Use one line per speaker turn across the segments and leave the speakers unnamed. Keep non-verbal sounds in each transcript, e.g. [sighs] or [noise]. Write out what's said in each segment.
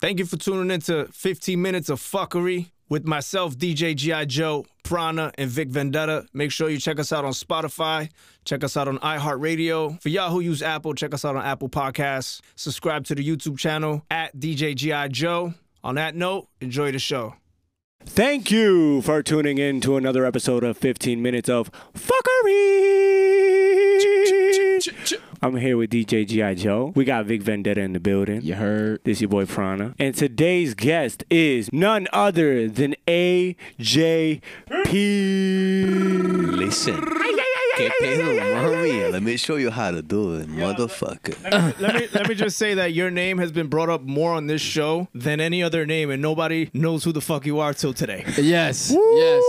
Thank you for tuning in to 15 Minutes of Fuckery with myself, DJ G.I. Joe, Prana, and Vic Vendetta. Make sure you check us out on Spotify. Check us out on iHeartRadio. For y'all who use Apple, check us out on Apple Podcasts. Subscribe to the YouTube channel at DJ G.I. Joe. On that note, enjoy the show.
Thank you for tuning in to another episode of 15 Minutes of Fuckery. I'm here with DJ G.I. Joe. We got Vic Vendetta in the building.
You heard?
This your boy Prana. And today's guest is none other than AJP.
Listen. Que pedo, mami? Let me show you how to do it, motherfucker.
let me let me just say that your name has been brought up more on this show than any other name, and nobody knows who the fuck you are till today.
Yes, yes.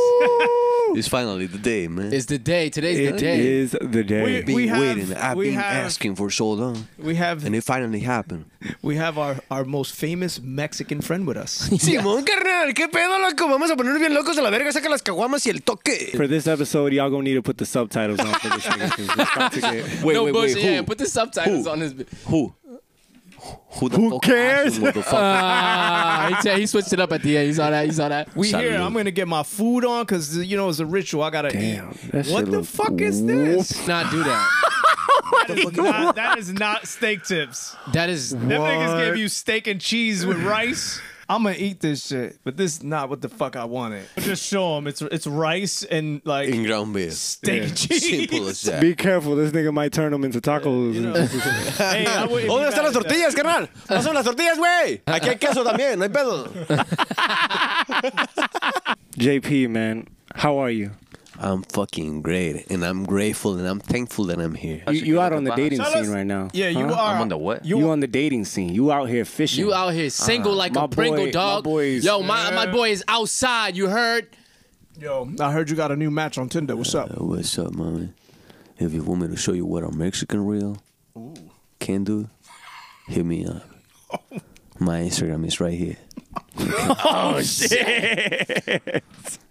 It's finally the day, man.
It's the day. Today's the
It
day.
is the day.
been
we have-
waiting. I've
we
been
have-
asking for so long,
We have
and it finally happened.
we have our, our most famous Mexican friend with us.
[laughs] Simón, carnal, qué pedo, loco. Vamos a ponernos bien locos a la verga. Saca las caguamas y el toque.
For this episode, y'all gonna need to put the subtitles on for this nigga, 'cause it's about to get-
Wait,
no
wait,
bullshit.
wait.
yeah,
Who?
put the subtitles
Who?
on his. bi-
Who? Who, the
Who
fuck
cares?
asked you, motherfucker?
Ah, he, said- he switched it up at the end. You saw that. You saw that.
We
Salud.
here. I'm gonna get my food on because you know it's a ritual. I gotta
Damn, that
eat. What
shit
the
look
fuck is this?
not do that.
That is not- that is not steak tips.
That is.
Them niggas
What?
gave you steak and cheese with [laughs] rice. I'm gonna eat this shit, but this is not what the fuck I wanted. Just show them it's it's rice and like
In ground beer.
steak and cheese.
Simple as that.
Be careful, this nigga might turn them into tacos.
Hey, I wouldn't be
¿Dónde
mad
están las
at that.
tortillas, carnal? ¡Pasan las tortillas, güey! Aquí hay queso también, no hay pedo.
JP, man, how are you?
I'm fucking great, and I'm grateful, and I'm thankful that I'm here.
You, you out on the dating
Tell us-
scene right now.
Yeah, you
huh?
are.
I'm on the what?
You, on the dating scene. You out here fishing.
You out here single
Ah,
like
my
a Pringle
boy-
dog.
my boy is-
Yo, my, my boy is outside. You heard?
Yo, I heard you got a new match on Tinder. What's up?
Uh, what's up, mommy? If you want me to show you what a Mexican real can do, hit me up. My Instagram is right here.
[laughs]
oh shit!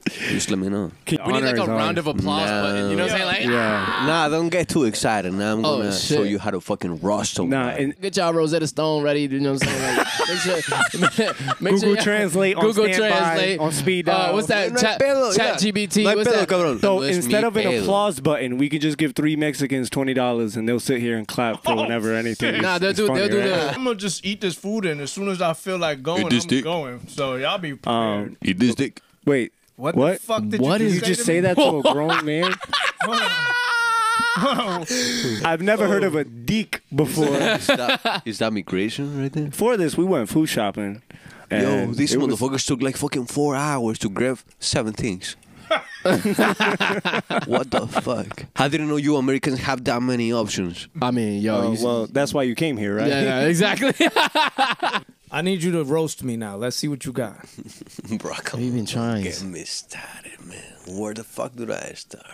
Just let me know.
We need like a round of applause
No.
button. You know what I'm saying? Like,
Yeah.
Nah, don't get too excited. Now I'm
Oh,
gonna
shit.
show you how to fucking roast them.
Nah, and
[laughs] Get y'all Rosetta Stone ready. You know what I'm saying? Like, make sure, [laughs] make
Google
y'all-
Translate on
Google
standby,
Translate
on speed
Uh,
dial.
what's that?
No hay
Chat,
pedo,
chat
yeah.
GBT.
No hay
what's
pedo,
that?
cabrón.
so
Unless
instead
me
of an
pedo.
applause button, we can just give three Mexicans twenty dollars and they'll sit here and clap
Oh,
for whenever anything. is-
Nah, they'll
is
do.
funny,
They'll do
right?
the.
I'm gonna just eat this food, and as soon as I feel like going,
Eat this
I'm
dick.
going. So y'all be prepared.
Eat this dick.
Wait,
what, the
what?
fuck did
What
you,
is-
you
say
just
to
say
me? [laughs]
that to a grown man? I've never heard of a deek
[laughs]
before.
Is that, is that migration right there?
Before this, we went food shopping.
Yo,
and
these
it was-
motherfuckers took like fucking four hours to grab
[laughs]
seven things. what the fuck? I didn't know you Americans have that many options. [laughs]
I mean, yo.
Oh,
you-
well, that's why you came here, right?
yeah, yeah, [laughs] exactly.
[laughs] I need you to roast me now. Let's see what you got.
Bro, come
We've been
on, don't
trying.
Get me started, man. Where the fuck did I start?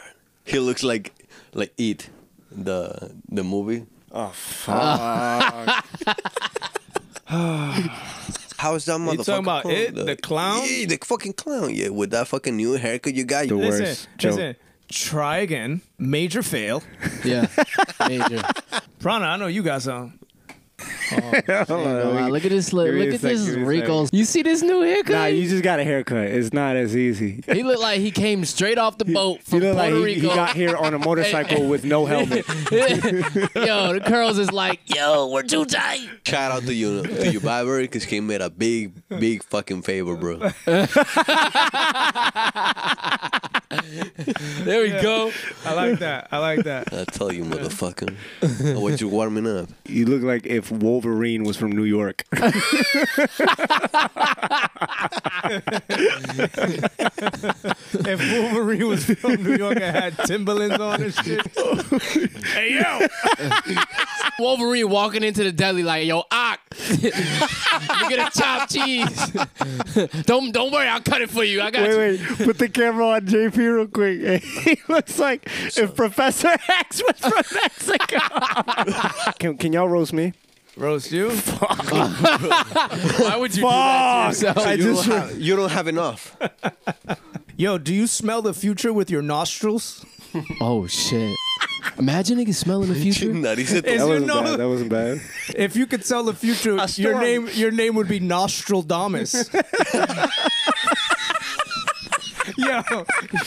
He looks like, like it, the the movie.
[laughs]
[laughs] Oh fuck!
How is that motherfucker?
talking about
called?
It, the clown?
Yeah, the fucking clown. Yeah, with that fucking new haircut you got.
The
you-
worst.
Listen,
Joe.
listen. Try again. Major fail.
Yeah.
[laughs]
Major.
Prana, I know you got some.
[laughs]
Wow, look at this look.
Give me
Look
a
at
sec,
this
give me a
wrinkles. You see this new haircut?
nah, you just got a haircut. It's not as easy.
he looked like he came straight off the boat
You
from
look like
Puerto
he, he
Rico.
got here [laughs] on a motorcycle with no [laughs] helmet.
[laughs] yo, the curls is like, yo, we're too tight.
Shout out to you to your barber because he made a big, big fucking favor, bro.
There we go.
I like that. I like that.
[laughs] I tell you, [laughs] motherfucker. what you warming up?
you look like if Wolverine was from New York.
if Wolverine was from New York and had Timberlands on and shit. hey yo,
Wolverine walking into the deli like, yo, Ock, [laughs] you get a chopped cheese. [laughs] don't don't worry, I'll cut it for you. I got
[laughs] wait,
you.
wait. Put the camera on JP real quick. [laughs] He looks like if Professor X was from Mexico. [laughs] can, can y'all roast me?
roast you.
Why would you do that to yourself?
I
You
just
don't, have, you don't have [laughs] enough.
Yo, do you smell the future with your nostrils?
Oh shit. Imagine niggas smelling
[laughs]
the future.
Nutty said
Is
That
your
wasn't
no-
bad. That wasn't bad.
If you could tell the future, your
storm.
name your name would be Nostradamus. yo,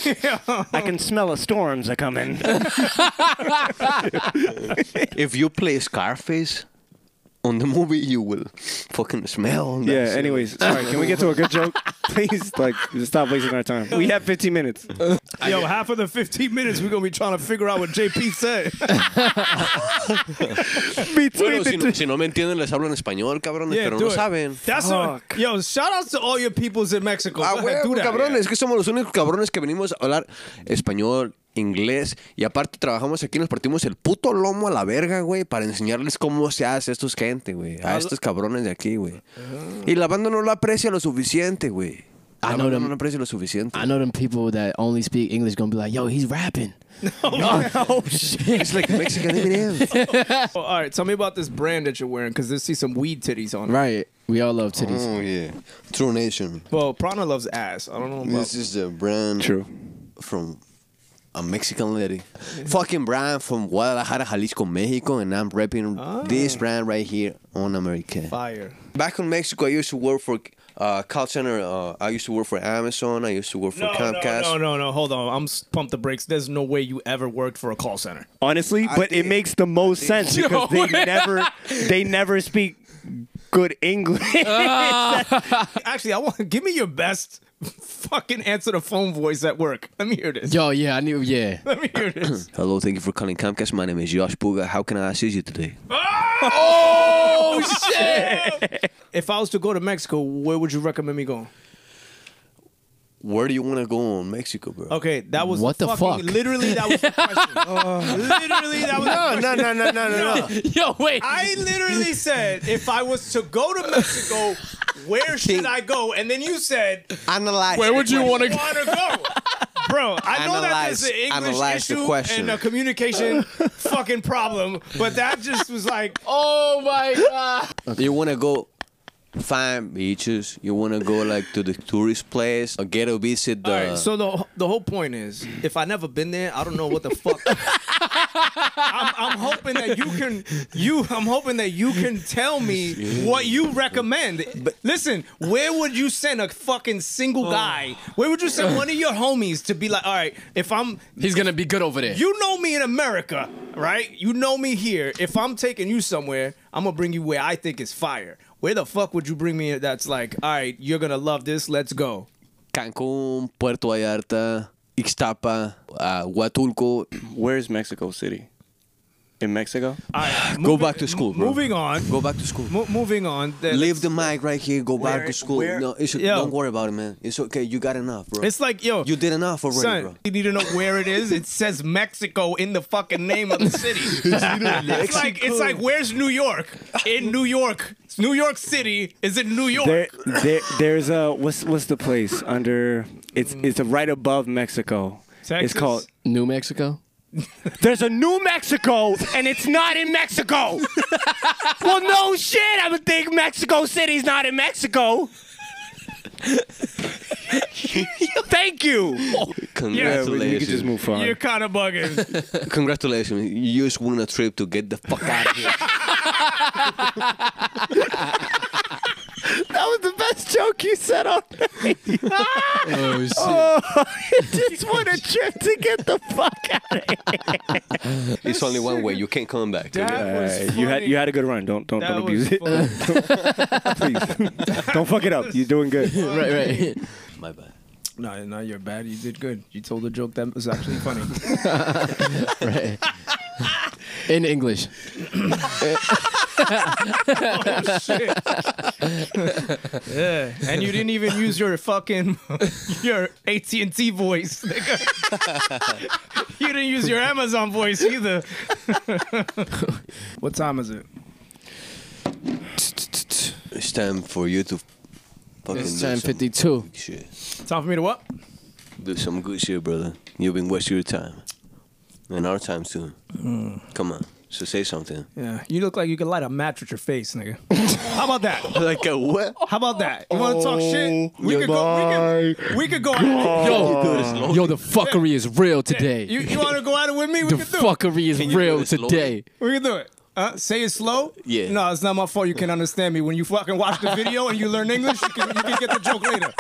yo,
I can smell a storms are coming.
If you play Scarface on the movie, you will fucking smell. that
yeah.
shit.
Anyways, sorry. Can we get to a good [laughs] joke, please? Like, just stop wasting our time. We have 15 [laughs] minutes.
yo! Half of the 15 minutes we're gonna be trying to figure out what JP said.
Bueno, si, no, si no me entienden, les hablo en español, cabrones, pero
do
no
it.
saben.
That's what,
Fuck.
yo. Shout outs to all your peoples in Mexico.
Ah,
Go ahead, do
huevo,
that. [laughs]
cabrones, es que somos los únicos cabrones que venimos a hablar español, inglés y aparte trabajamos aquí, nos partimos el puto lomo a la verga, güey, para enseñarles cómo se hace a estos gente, güey, a estos cabrones de aquí, güey. Y la banda no lo aprecia lo suficiente, güey. La
I know
banda
them-
Ah. no lo aprecia lo suficiente.
I know them people that only speak English gonna be like, yo, he's rapping. [laughs]
Oh, shit.
It's like Mexican [laughs] Eminem.
all right, tell me about this brand that you're wearing because I see some weed titties on it.
Right. We all love titties.
oh, yeah. True Nation.
Well, Prana loves ass. I don't know about.
This is a brand
True.
from a Mexican lady. Fucking brand from Guadalajara, Jalisco, Mexico, and I'm repping this brand right here on America.
Fire.
Back in Mexico, I used to work for uh, call center. Uh, I used to work for Amazon. I used to work for Comcast.
no, no, no. Hold on. I'm s- pump the brakes. There's no way you ever worked for a call center.
Honestly, but it
did.
makes the most sense because
[laughs]
they never they never speak good English.
Actually, I want [laughs] give me your best fucking answer the phone voice at work. Let me hear this.
Yo, yeah, I knew, yeah.
Let me hear
[clears throat]
this.
Hello, thank you for calling Comcast. My name is Josh Puga. How can I assist you today?
Oh, shit.
if I was to go to Mexico, where would you recommend me going?
Where do you want to go in Mexico, bro?
Okay, that was
What the
fucking-
fuck?
Literally, that was the question.
[laughs]
literally, that was. the question.
no, no, no, no.
Yo, wait.
I literally said if I was to go to Mexico, where should I go? And then you said
Analyze.
Where would you
you
want
want
to
to go. Bro, I know that
Analyze-
there's an English
analyze the
issue
question.
and a
[laughs]
communication fucking problem, but that just was like,
Oh, my God.
You want to go find beaches. You want to go like to the tourist place. Or get a visit uh, the.
All right, so the the whole point is, if I never been there, I don't know what the fuck. I'm, I'm hoping that you can you. I'm hoping that you can tell me what you recommend. But listen, where would you send a fucking single guy? Where would you send one of your homies to be like, all right, if I'm
He's gonna be good over there.
you know me in America, right? You know me here. If I'm taking you somewhere, I'm gonna bring you where I think is fire. Where the fuck would you bring me? That's like, all right, you're gonna love this. Let's go.
Cancún, Puerto Vallarta, Ixtapa, uh, Huatulco.
[laughs] Where's Mexico City? In Mexico?
All right,
[sighs] Go
moving-
back to school, bro.
Moving on.
Go back to school.
Mo- moving on. The-
Leave the mic right here. Go back to school.
where-
no, it's,
Yo.
don't worry about it, man. It's okay. You got enough, bro.
It's like, yo,
you did enough already,
son,
bro.
you need to know where it is. It says Mexico in the fucking name
[laughs]
of the city. it's like it's like where's New York? In New York. It's New York City is in New York.
There, there, there's a what's what's the place under? It's
Mm.
it's right above Mexico.
Texas?
It's called.
New Mexico?
There's a New Mexico, and it's not in
[laughs]
Mexico. well, no shit. I would think Mexico City's not in
[laughs]
Mexico. Thank you.
Congratulations.
move on.
You're kind of
[laughs]
bugging.
[laughs] Congratulations. You just won a trip to get the fuck out of here.
That was the best joke you said [laughs] all night.
Oh, shit.
Just want a trip to get the fuck out of here.
It's only one way. You can't come back.
That was
Alright, you had
funny.
you had a good run. Don't don't
That
don't
was
abuse it. [laughs] Please, don't fuck it up. You're doing good.
right, right.
My bad.
No, no, you're bad. You did good. You told a joke that was
[laughs]
actually funny.
right. In English.
oh shit! [laughs] yeah, and you didn't even use your fucking [laughs] your AT and T voice. [laughs] nigga. you didn't use your Amazon voice either. what time is it?
It's time for you to fucking
It's
do
time
some
52.
good shit.
Time for me to what?
Do some good shit, brother. You've been wasting your time. And our time soon. Come on. So say something.
Yeah, you look like you could light a match with your face, [laughs] nigga. How about that?
like a what?
How about that? You want to
Oh,
talk shit? We could go. We could, we could go. At it.
Yo,
Oh,
yo, the fuckery is real today.
You, you want to go at it with me? We
the
can do it.
fuckery is
Can you do
real
this slowly?
today.
We can do it. Uh, say it slow.
Yeah.
No, it's not my fault. You can understand me when you fucking watch the video and you learn English. You can, you can get the joke later.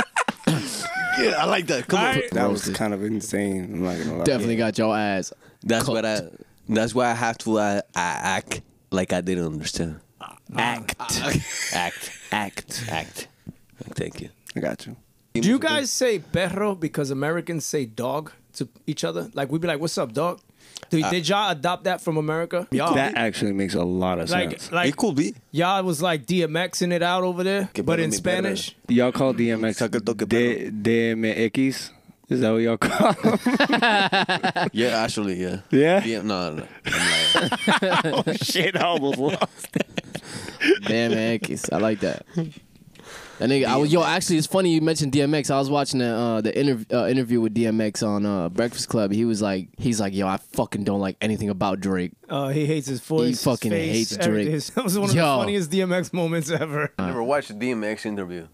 [laughs] Yeah, I like that. Come
All
on.
right.
That was kind of insane. I'm not gonna lie.
Definitely got your ass.
That's what I. That's why I have to uh, I act like I didn't understand. Act, [laughs] act, act, act. Thank you.
I got you.
Do you guys say perro because Americans say dog to each other? Like we'd be like, "What's up, dog?"
Uh,
Did, did y'all adopt that from America? Y'all
That actually makes a lot of sense.
like like
it could be.
y'all was like DMXing it out over there,
Que
but
pedo
in
mi
Spanish.
Y'all call DMX
Saca el toque,
D- DMX? Is that what
[laughs]
y'all call? him?
Yeah, actually, yeah.
Yeah?
Yeah, no, no.
Shit, I almost lost.
Damn, man, Akis. I like [laughs] that. That nigga, I was, yo, actually, it's funny you mentioned DMX. I was watching the uh, the interv- uh, interview with DMX on uh, Breakfast Club. He was like, he's like, yo, I fucking don't like anything about Drake.
Uh, he hates his voice. his
fucking
face,
hates
everything.
Drake.
[laughs] That was one of
Yo. Uh,
the funniest DMX moments ever.
I never watched a DMX interview.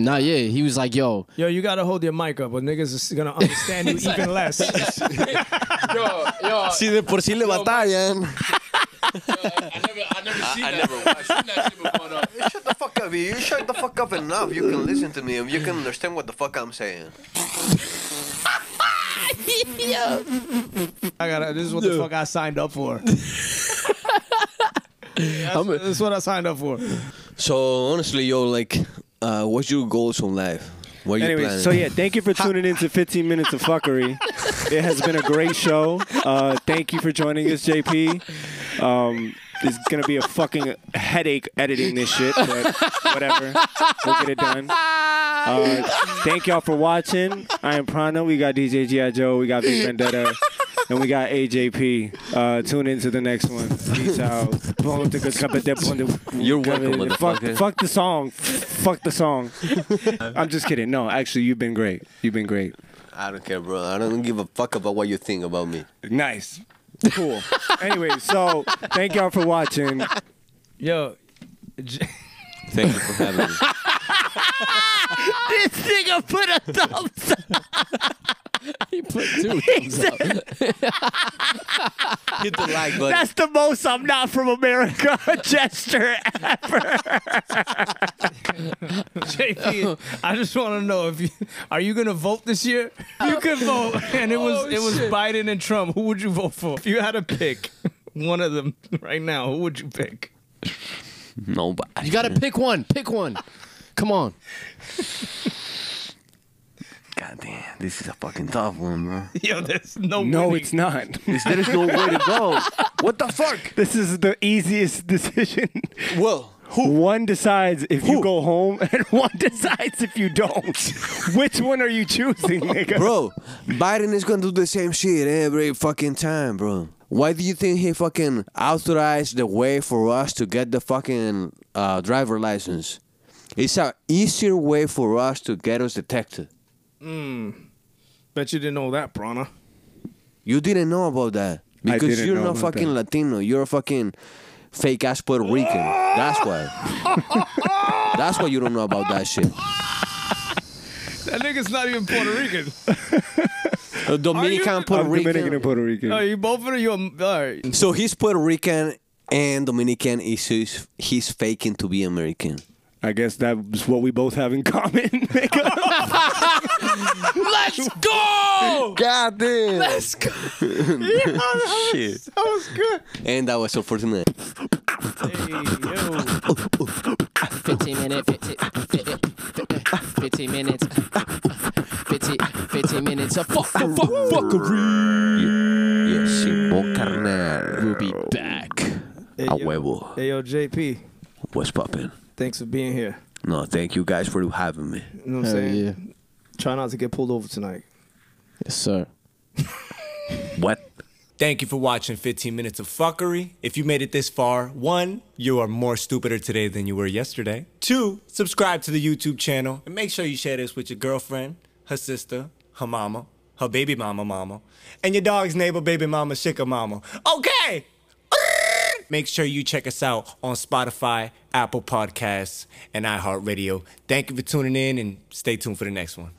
Nah, yeah, he was like, yo,
Yo, you gotta hold your mic up, or niggas is gonna
[laughs]
understand you even less.
yo, yo.
Si de por sí le batallan.
I never, I never seen
I never watched. Shut the fuck up. You shut the fuck up enough. You can listen to me and you can understand what the fuck I'm saying.
I gotta. This is what the fuck I signed up
[laughs]
for. That's, this is what I signed up
[laughs]
for.
So honestly, yo, like, uh, what's your goals in life? What you
Anyway,
planning?
so yeah, thank you for tuning in
[laughs]
to 15 Minutes of Fuckery. It has been a great show. Uh, thank you for joining us, JP. Um, it's gonna be a fucking headache editing this shit, but whatever. We'll get it done. Uh, thank y'all for watching. I am Prana. We got DJ G.I. Joe. We got Big Vendetta. And we got AJP. Uh, tune in to the next one. Peace out.
You're welcome,
Fuck,
motherfucker.
fuck the song. Fuck the song. I'm just kidding. No, actually, you've been great. You've been great.
I don't care, bro. I don't give a fuck about what you think about me.
Nice. Cool. anyway, so thank y'all for watching.
Yo, J-
Thank you for having me.
This nigga put a thumbs up. [laughs] he put [laughs] two thumbs up.
[laughs] Hit the like button.
That's the most I'm not from America gesture.
JP, I just want to know if you are you gonna vote this year? You could vote, and it
Oh,
was it was Biden and Trump. Who would you vote for? If you had to pick one of them right now, who would you pick?
Nobody.
You gotta pick one. Pick one. Come on.
Goddamn, this is a fucking tough one, bro.
Yo, there's no
No,
winning.
it's not.
There [laughs] is no way to go. What the fuck?
[laughs] This is the easiest decision.
Well,
One decides if you go home, and [laughs] one decides if you don't. Which one are you choosing, nigga?
bro, Biden is gonna do the same shit every fucking time, bro. Why do you think he fucking authorized the way for us to get the fucking uh, driver license? It's an easier way for us to get us detected.
Bet you didn't know that, Prana.
You didn't know about that because
didn't
you're
know
not
about
fucking
that.
Latino. You're a fucking fake ass Puerto Rican. That's why. That's why you don't know about that shit.
That nigga's not even Puerto [laughs] Rican.
A Dominican, Puerto
I'm
Rican.
Dominican and Puerto Rican.
Oh, you both of you. All [laughs] right.
So he's Puerto Rican and Dominican. Is he's, he's faking to be American.
I guess that's what we both have in common, [laughs] nigga.
[laughs] Let's go!
God damn.
Let's go.
shit.
That was good.
And that was unfortunate.
15 minutes. 15, 15 minutes. 15, 15 minutes. of Fuck, fuck, fuck, fuckery.
Yes, Simón carnal.
We'll be back.
A huevo.
Hey, yo, JP.
What's poppin'?
Thanks for being here.
No, thank you guys for having me.
You know what I'm saying? Try not to get pulled over tonight.
Yes, sir.
What?
Thank you for watching 15 Minutes of Fuckery. If you made it this far, one, you are more stupider today than you were yesterday. Two, subscribe to the YouTube channel and make sure you share this with your girlfriend, her sister, her mama, her baby mama mama, and your dog's neighbor, baby mama, shika mama. Okay! [laughs] Make sure you check us out on Spotify, Apple Podcasts, and iHeartRadio. Thank you for tuning in and stay tuned for the next one.